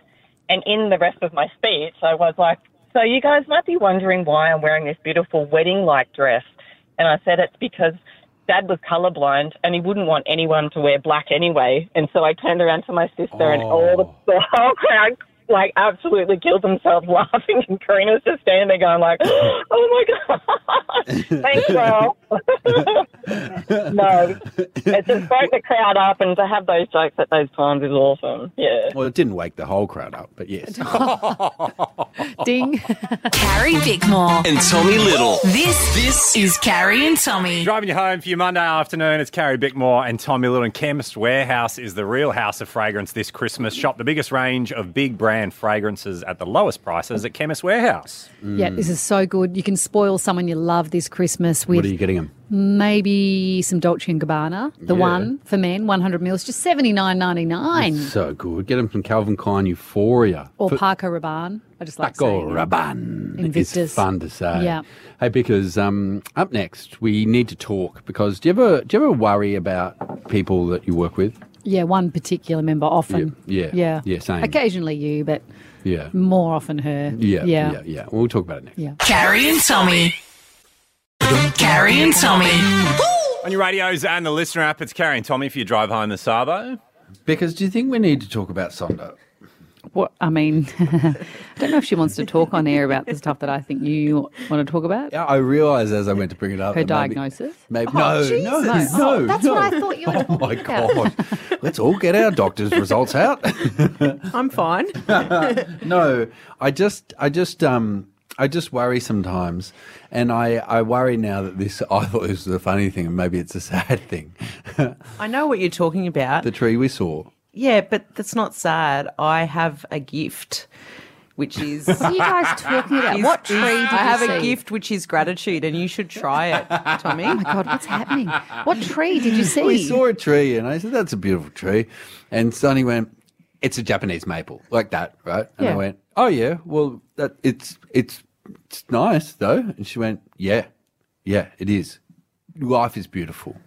S13: And in the rest of my speech, I was like, So you guys might be wondering why I'm wearing this beautiful wedding like dress. And I said, It's because dad was colourblind and he wouldn't want anyone to wear black anyway. And so I turned around to my sister and all the, the whole crowd like absolutely killed themselves laughing and Karina's just standing there going like, Oh my god Thanks, Rob. no. It just broke the crowd up and to have those jokes at those times is awesome. Yeah.
S7: Well, it didn't wake the whole crowd up, but yes.
S6: Ding.
S3: Carrie Bickmore.
S5: And Tommy Little.
S3: This, this is Carrie and Tommy.
S5: Driving you home for your Monday afternoon, it's Carrie Bickmore and Tommy Little. And Chemist Warehouse is the real house of fragrance this Christmas. Shop the biggest range of big brand fragrances at the lowest prices at Chemist Warehouse.
S6: Yeah, this is so good. You can spoil someone you love this Christmas with
S5: What are you getting 'em?
S6: Maybe some Dolce and Gabbana, the
S7: Yeah.
S6: one for men, 100 mils, just seventy nine ninety nine.
S7: It's so good. Get them from Calvin Klein Euphoria.
S6: Or
S7: For-
S6: Parker Rabanne. I just like
S7: Paco
S6: saying it.
S7: Rabanne
S6: Invictus.
S7: is fun to say.
S6: Yeah.
S7: Hey, because um, up next we need to talk because do you ever do you ever worry about people that you work with?
S6: Yeah, one particular member often.
S7: Yeah, yeah,
S6: Yeah.
S7: yeah, same.
S6: Occasionally you, but
S7: Yeah.
S6: more often her.
S7: Yeah, yeah, yeah,
S6: Yeah.
S7: We'll talk about it next.
S6: yeah.
S3: Carrie and Tommy. Carrie and Tommy.
S5: On your radios and the listener app, it's Carrie and Tommy for your drive home the Sabo.
S7: Because do you think we need to talk about Sonda?
S6: What I mean, I don't know if she wants to talk on air about the stuff that I think you want to talk about.
S7: Yeah, I realised as I went to bring it up that
S6: Her
S7: maybe-
S6: diagnosis?
S7: Maybe,
S6: Oh,
S7: no,
S6: Jesus.
S7: no,
S6: No.
S7: no,
S6: Oh, that's
S7: no.
S6: what I thought you were
S7: Oh my
S6: talking about.
S7: god! Let's all get our doctor's results out.
S19: I'm fine.
S7: no, I just, I just, um, I just worry sometimes, and I, I worry now that this. I thought this was a funny thing, and maybe it's a sad thing.
S19: I know what you're talking about.
S7: The tree we saw.
S19: Yeah, but that's not sad. I have a gift, which is.
S6: What are you guys talking about?
S19: is-
S6: What tree
S19: is-
S6: did
S19: I
S6: you
S19: have a
S6: see?
S19: gift, which is gratitude, and you should try it, Tommy.
S6: Oh my God, what's happening? What tree did you see?
S7: We Oh, saw a tree, and I said, "That's a beautiful tree," and Sonny went, "It's a Japanese maple, like that, right?" And I
S6: Yeah.
S7: went, "Oh yeah, well that it's it's it's nice though," and she went, "Yeah, yeah, it is. Life is beautiful."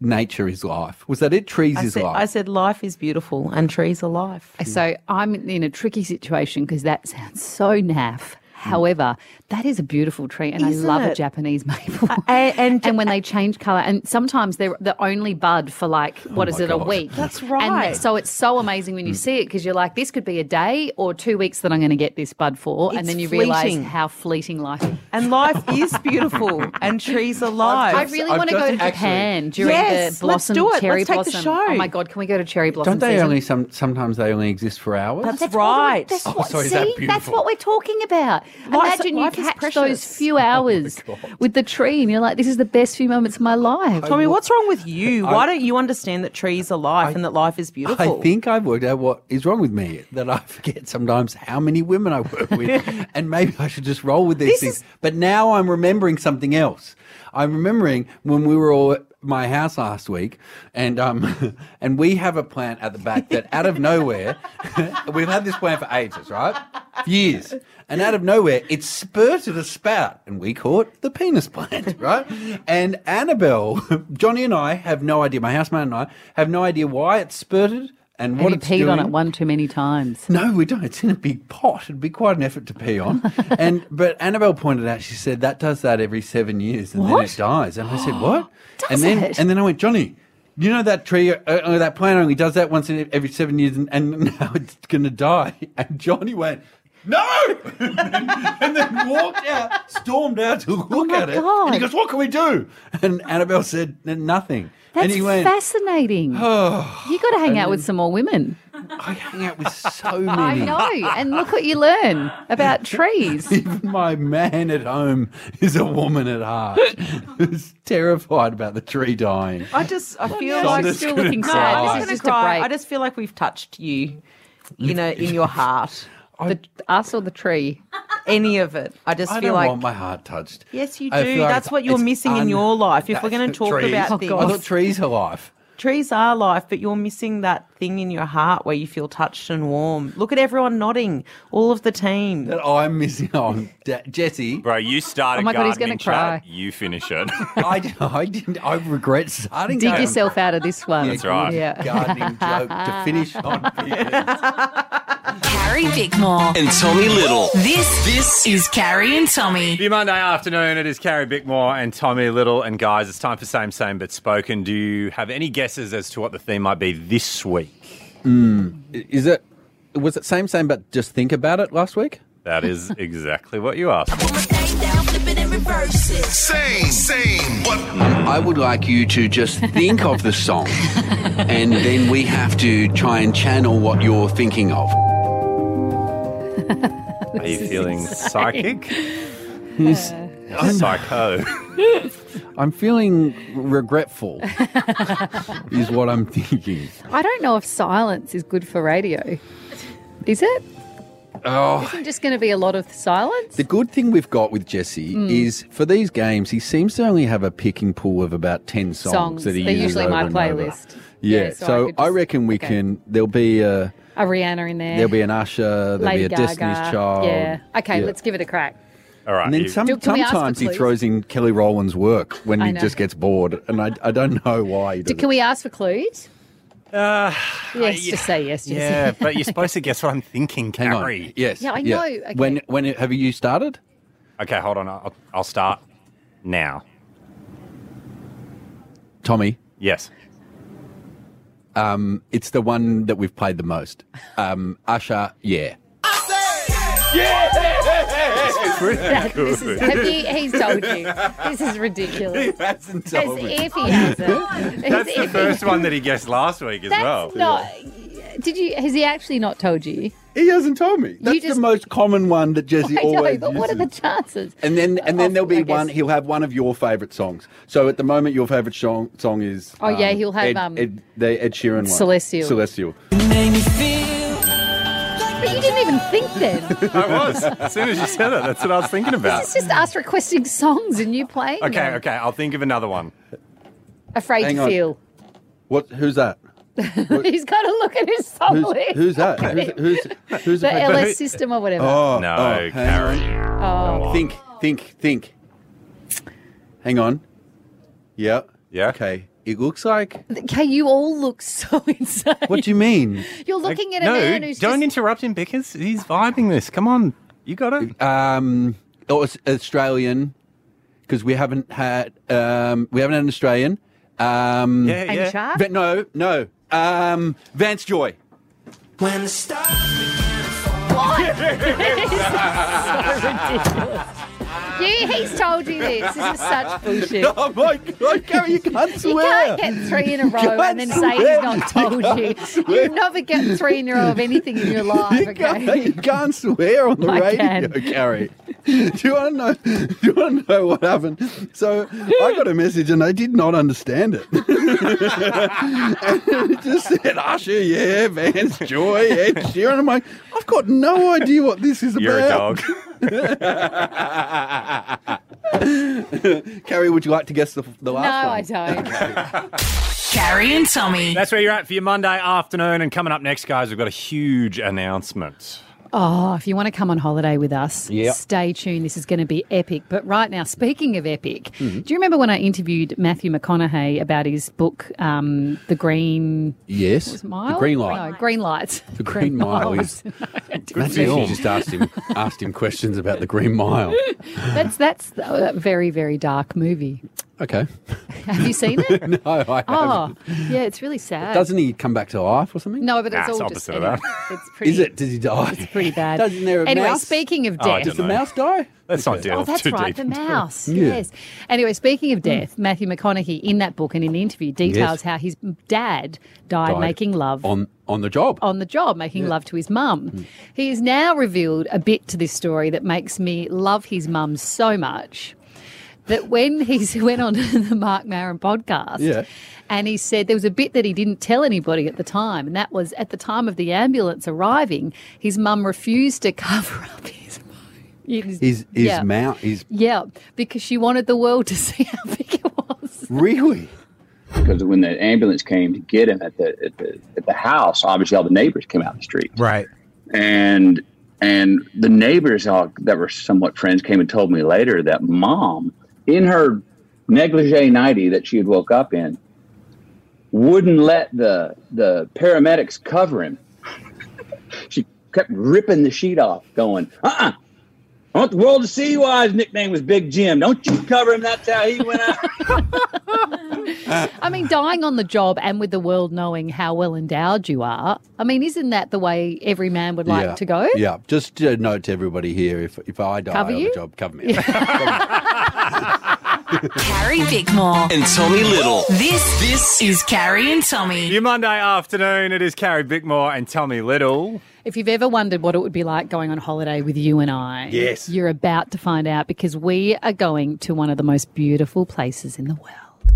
S7: Nature is life. Was that it? Trees
S19: I
S7: is
S19: said,
S7: life.
S19: I said life is beautiful and trees are life.
S6: So I'm in a tricky situation because that sounds so naff. However, that is a beautiful tree, and
S19: Mm. Isn't
S6: I love a
S19: it?
S6: Japanese maple. and, when they change color, and sometimes they're the only bud for like what
S19: Oh
S6: is
S19: my
S6: it a
S19: God.
S6: week?
S19: That's
S6: And
S19: right. Mm.
S6: so it's so amazing when you see it because you're like, this could be a day or two weeks that I'm going to get this bud for, and
S19: It's
S6: then you
S19: fleeting.
S6: realize how fleeting life is.
S19: And life is beautiful and trees are life.
S6: I really want to go to Japan during
S19: Yes,
S6: the blossom
S19: let's do it.
S6: cherry
S19: let's take
S6: blossom.
S19: The show.
S6: Oh my god, can we go to cherry blossom
S7: Don't they
S6: season?
S7: only some? Sometimes they only exist for hours.
S19: That's, right.
S6: That's
S7: Oh,
S6: what,
S7: sorry, is
S6: see,
S7: that
S6: that's
S7: beautiful?
S6: what we're talking about.
S19: Life-
S6: Imagine
S19: life is
S6: you catch those
S19: precious.
S6: few hours with the tree, and you're like, "This is the best few moments of my life."
S19: Tommy, what's wrong with you?
S7: I-
S19: Why don't you understand that trees are life and that life is
S7: I
S19: beautiful?
S7: think I've worked out what is wrong with me that I forget sometimes how many women I work with, and maybe I should just roll with these
S19: This
S7: things. But now I'm remembering something else. I'm remembering when we were all my house last week, and um, and we have a plant at the back that out of nowhere, we've had this plant for ages, right? Years, and out of nowhere, it spurted a spout, and we call it the penis plant, right? And Annabelle, Johnny, and I have no idea. My housemate and I have no idea why it spurted and
S6: Have
S7: what
S6: you
S7: it's
S6: peed on
S7: doing.
S6: it one too many times?
S7: No, we don't. It's in a big pot. It'd be quite an effort to pee on. and but Annabelle pointed out, she said that does that every seven years, and then
S6: What?
S7: it dies. And I said, what?
S6: Does
S7: and then
S6: it?
S7: and then I went, Johnny. You know that tree, uh, uh, that plant only does that once in e, every seven years, and, and now it's going to die. And Johnny went, "No!" and then walked out, stormed out to look at it. And he
S6: Oh God.
S7: goes, "What can we do?" And Annabelle said, "N- "Nothing."
S6: That's
S7: and he went,
S6: fascinating.
S7: Oh.
S6: you got to hang
S7: And
S6: out with
S7: then-
S6: some more women.
S7: "I hang out with so many."
S6: I know, and look what you learn about trees.
S7: Even my man at home is a woman at heart. Who's terrified about the tree dying.
S19: I just, I feel
S7: no.
S19: like
S7: Sonda's Still gonna looking
S19: No,
S7: cry.
S19: I'm
S7: She's
S19: just going to
S7: gonna
S19: cry.
S7: break.
S19: I just feel like we've touched you, you know, in your heart.
S7: the,
S19: us or the tree, any of it. I just
S7: I
S19: feel
S7: don't
S19: like
S7: want my heart touched.
S19: Yes, you
S7: I
S19: do.
S7: feel like
S19: That's
S7: it's-
S19: what you're
S7: it's
S19: missing in your life. If we're going to talk
S7: Trees.
S19: about things,
S7: I thought trees are life.
S19: trees are life, but you're missing that thing in your heart where you feel touched and warm. Look at everyone nodding, all of the team.
S7: That I'm missing on. Da- Jesse.
S18: Bro, you started
S19: Oh my God, he's
S18: gardening
S19: gonna cry.
S18: chat. You finish it.
S7: I, d- I didn't. I regret starting.
S6: Dig
S7: garden-
S6: yourself out of this one.
S7: That's right. Gardening joke to finish on.
S3: Carrie Bickmore
S5: And Tommy Little.
S3: This this is Carrie and Tommy.
S5: Your Monday afternoon, it is Carrie Bickmore and Tommy Little. And guys, it's time for Same Same But Spoken. Do you have any guesses as to what the theme might be this week?
S7: Mm. Is it? Was it same same? But just think about it last week.
S5: That is exactly what you asked.
S1: Same, same, but
S7: I would like you to just think of the song, and then we have to try and channel what you're thinking of.
S5: Are you feeling psychic?
S7: Yes.
S5: Uh, Psycho.
S7: I'm feeling regretful, is what I'm thinking.
S6: I don't know if silence is good for radio. Is it?
S7: Oh,
S6: Isn't just going to be a lot of silence?
S7: the good thing we've got with Jesse
S6: Mm.
S7: is for these games, he seems to only have a picking pool of about 10 songs,
S6: Songs.
S7: that he
S6: They're
S7: uses
S6: usually
S7: over
S6: my
S7: and over.
S6: playlist.
S7: Yeah,
S6: Yeah, so
S7: so,
S6: I
S7: I,
S6: could just-
S7: reckon we
S6: okay.
S7: can, there'll be a.
S6: A Rihanna in there.
S7: There'll be an Usher, there'll
S6: Lady
S7: be a
S6: Gaga.
S7: Destiny's Child.
S6: Yeah. Okay,
S7: Yeah.
S6: let's give it a crack.
S5: All right.
S7: And then
S5: you-
S7: some,
S6: Do- can we ask for
S7: sometimes he
S6: clues?
S7: throws in Kelly Rowland's work when
S6: I
S7: he
S6: know.
S7: just gets bored, and I, I don't know why he
S6: Do,
S7: does
S6: can we ask for clues?
S5: Uh,
S6: yes, just say yes. Just
S5: Yeah, but you're supposed to guess what I'm thinking,
S7: Hang on.
S5: Carrie.
S7: Yes.
S6: Yeah, I know. Okay.
S7: When when have you started?
S5: Okay, hold on. I'll, I'll start now.
S7: Tommy.
S5: Yes.
S7: Um, it's the one that we've played the most. Um, Usher, yeah.
S6: That- this is, have you, he's told you. This is ridiculous. He
S7: hasn't
S6: As if he hasn't. As
S5: That's
S6: if
S5: the
S6: he-
S5: first one that he guessed last week as
S6: That's
S5: well.
S6: not. Did you? Has he actually not told you?
S7: He hasn't told me. That's the most common one that Jesse
S6: I know,
S7: always
S6: but what are
S7: uses.
S6: the chances? Oh,
S7: And then and then there'll
S6: I
S7: be
S6: guess-
S7: one. He'll have one of your favourite songs. So at the moment, your favourite song song is.
S6: Oh, yeah, he'll have,
S7: Ed,
S6: um,
S7: Ed, the Ed Sheeran one.
S6: Celestial.
S7: Celestial.
S6: But you didn't even think then.
S5: I was. As soon as you said it, that's what I was thinking about.
S6: This is just us requesting songs and you playing.
S5: Okay,
S6: them.
S5: okay. I'll think of another one.
S6: Afraid
S5: Hang
S6: to
S5: on.
S6: feel.
S7: What? Who's that?
S6: He's got to look at his song
S7: Who's,
S6: list.
S7: who's that? Who's who's, who's
S6: Oh, the
S7: afraid-
S6: LS system or whatever.
S7: Oh
S5: No,
S7: oh, hang
S5: Carrie.
S7: on.
S6: Oh.
S7: Think, think, think. Hang on. Yeah.
S5: Yeah.
S7: Okay. It looks like.
S6: Okay, you all look so insane.
S7: What do you mean?
S6: You're looking at a
S5: no,
S6: man who's
S5: don't
S6: just-
S5: interrupt him, Bickers. He's vibing this. Come on, you got it.
S7: Um, oh, it's Australian, because we haven't had um, we haven't had an Australian. Um,
S5: Yeah, And yeah. Char?
S7: Va- no, no. Um, Vance Joy. When the
S6: Yeah, he's told you this. This is such bullshit.
S7: Oh my God, Gary, you can't
S6: You
S7: swear.
S6: can't get three in a
S7: You
S6: row
S7: can't
S6: and then
S7: swear.
S6: say he's not told you. You never get three in a row of anything in your life,
S7: You can't,
S6: okay?
S7: you can't swear on the
S6: I
S7: radio, Gary. Do you want to know? Do you want to know what happened? So I got a message and I did not understand it. and it just said Usher, yeah, Vance Joy, Ed Sheeran. I'm like, I've got no idea what this is
S5: You're a
S7: about.
S5: dog.
S7: Carrie, would you like to guess the, the last one?
S6: don't.
S5: Carrie and Tommy. That's where you're at for your Monday afternoon. And coming up next, guys, we've got a huge announcement.
S6: Oh, if you want to come on holiday with us,
S5: Yep.
S6: stay tuned. This is going to be epic. But right now, speaking of epic,
S7: Mhm.
S6: do you remember when I interviewed Matthew McConaughey about his book, um, The Green?
S7: Yes.
S6: What was it, Mile?
S7: The Green Light.
S6: No, Green Lights.
S7: The Green Mile is-
S6: No, I didn't
S7: Matthew
S6: know.
S7: just asked him asked him questions about the Green Mile.
S6: that's that's a very very dark movie.
S7: Okay.
S6: Have you seen it?
S7: no, I
S6: oh,
S7: haven't.
S6: yeah, it's really sad.
S7: Doesn't he come back to life or something?
S6: No, but it's all just anyway, It's pretty.
S7: Is it? Does he die?
S6: It's pretty bad.
S7: Doesn't there a
S6: anyway,
S7: mouse?
S6: speaking of
S7: Oh, I
S6: death,
S7: don't Does the know. mouse die?
S5: Let's not delve
S6: Oh, that's
S5: too
S6: right,
S5: deep.
S6: the mouse.
S5: Yeah.
S6: Yes. Anyway, speaking of death, Matthew McConaughey in that book and in the interview details
S7: Yes.
S6: how his dad died,
S7: Died
S6: making love
S7: on on the job.
S6: on the job, making love to his mum. He has now revealed a bit to this story that makes me love his mum so much that when he went on the Mark Maron podcast,
S18: Yeah.
S6: and he said there was a bit that he didn't tell anybody at the time, and that was at the time of the ambulance arriving, his mum refused to cover up his.
S7: His
S6: His,
S7: his
S6: yeah.
S7: mouth is
S6: Yeah, because she wanted the world to see how big it was.
S7: really
S20: because when the ambulance came to get him at the at the, at the house, obviously all the neighbors came out in the street,
S10: Right.
S20: and and the neighbors all, that were somewhat friends came and told me later that mom, in her negligee nighty that she had woke up in, wouldn't let the the paramedics cover him. she kept ripping the sheet off, going, "Uh, uh I want the world to see why his nickname was Big Jim. Don't you cover him. That's how he went out."
S6: I mean, dying on the job and with the world knowing how well endowed you are. I mean, isn't that the way every man would like
S7: yeah.
S6: to go?
S7: Yeah. Just a note to everybody here: if if I die
S6: Cover
S7: on
S6: you?
S7: the job, cover me.
S3: Carrie Bickmore
S5: And Tommy Little.
S3: This this is Carrie and Tommy.
S5: Your Monday afternoon, it is Carrie Bickmore and Tommy Little.
S6: If you've ever wondered what it would be like going on holiday with you and I,
S5: Yes.
S6: you're about to find out because we are going to one of the most beautiful places in the world.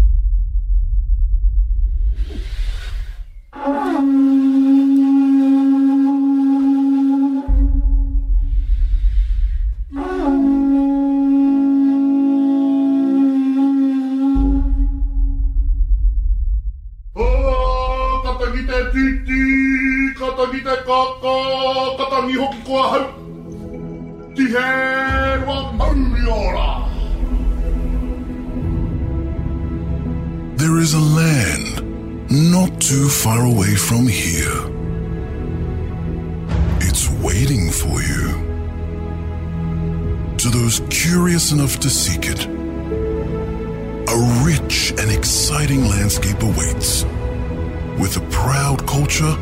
S21: Kata ni te titi, kata ni te kaka, kata ni hoki koa hau. Ti he roa mauri ora.
S22: There is a land not too far away from here. It's waiting for you. To those curious enough to seek it, a rich and exciting landscape awaits with a proud culture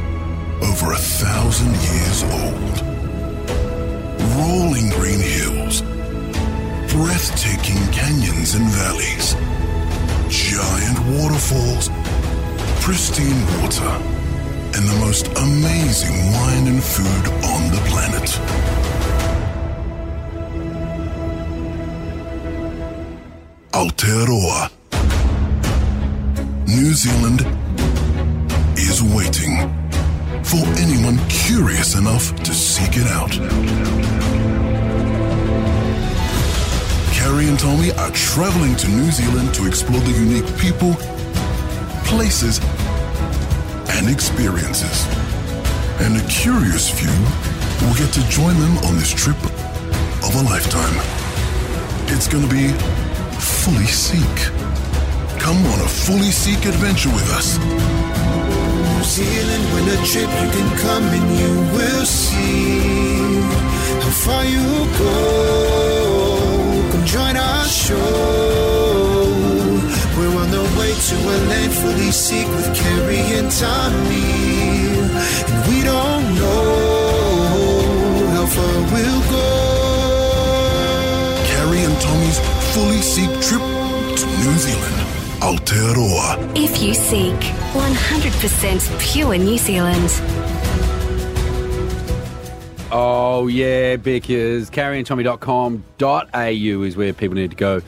S22: over a thousand years old. Rolling green hills, breathtaking canyons and valleys giant waterfalls, pristine water, and the most amazing wine and food on the planet. Aotearoa, New Zealand, is waiting for anyone curious enough to seek it out. Carrie and Tommy are traveling to New Zealand to explore the unique people, places, and experiences. And a curious few will get to join them on this trip of a lifetime. It's going to be Fully Seek. Come on a Fully Seek adventure with us.
S23: New Zealand winter trip, you can come and you will see how far you go. Come join our show. We're on the way to a land fully seek with Carrie and Tommy. And we don't know how far we'll go.
S22: Carrie and Tommy's Fully Seek trip to New Zealand. Aotearoa.
S24: If you seek 100% pure New Zealand.
S7: Oh, yeah, because carryandtommy.com.au is where people need to go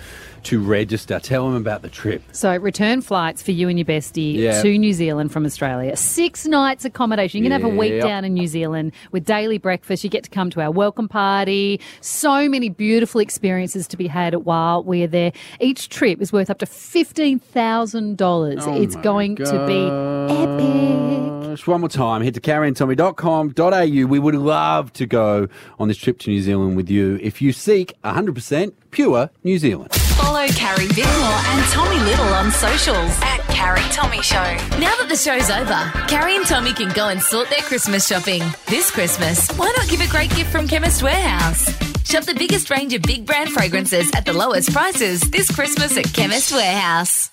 S7: to register. Tell them about the trip.
S6: So return flights for you and your bestie
S7: Yeah.
S6: to New Zealand from Australia. Six nights accommodation. You can have a week
S7: Yep.
S6: down in New Zealand with daily breakfast. You get to come to our welcome party. So many beautiful experiences to be had while we're there. Each trip is worth up to fifteen thousand dollars. It's going to be epic.
S7: Just one more time, head to carrieandtommy.com.au. We would love to go on this trip to New Zealand with you if you seek 100% pure New Zealand.
S3: Follow Carrie Bickmore and Tommy Little on socials at Carrie Tommy Show. Now that the show's over, Carrie and Tommy can go and sort their Christmas shopping. This Christmas, why not give a great gift from Chemist Warehouse? Shop the biggest range of big brand fragrances at the lowest prices this Christmas at Chemist Warehouse.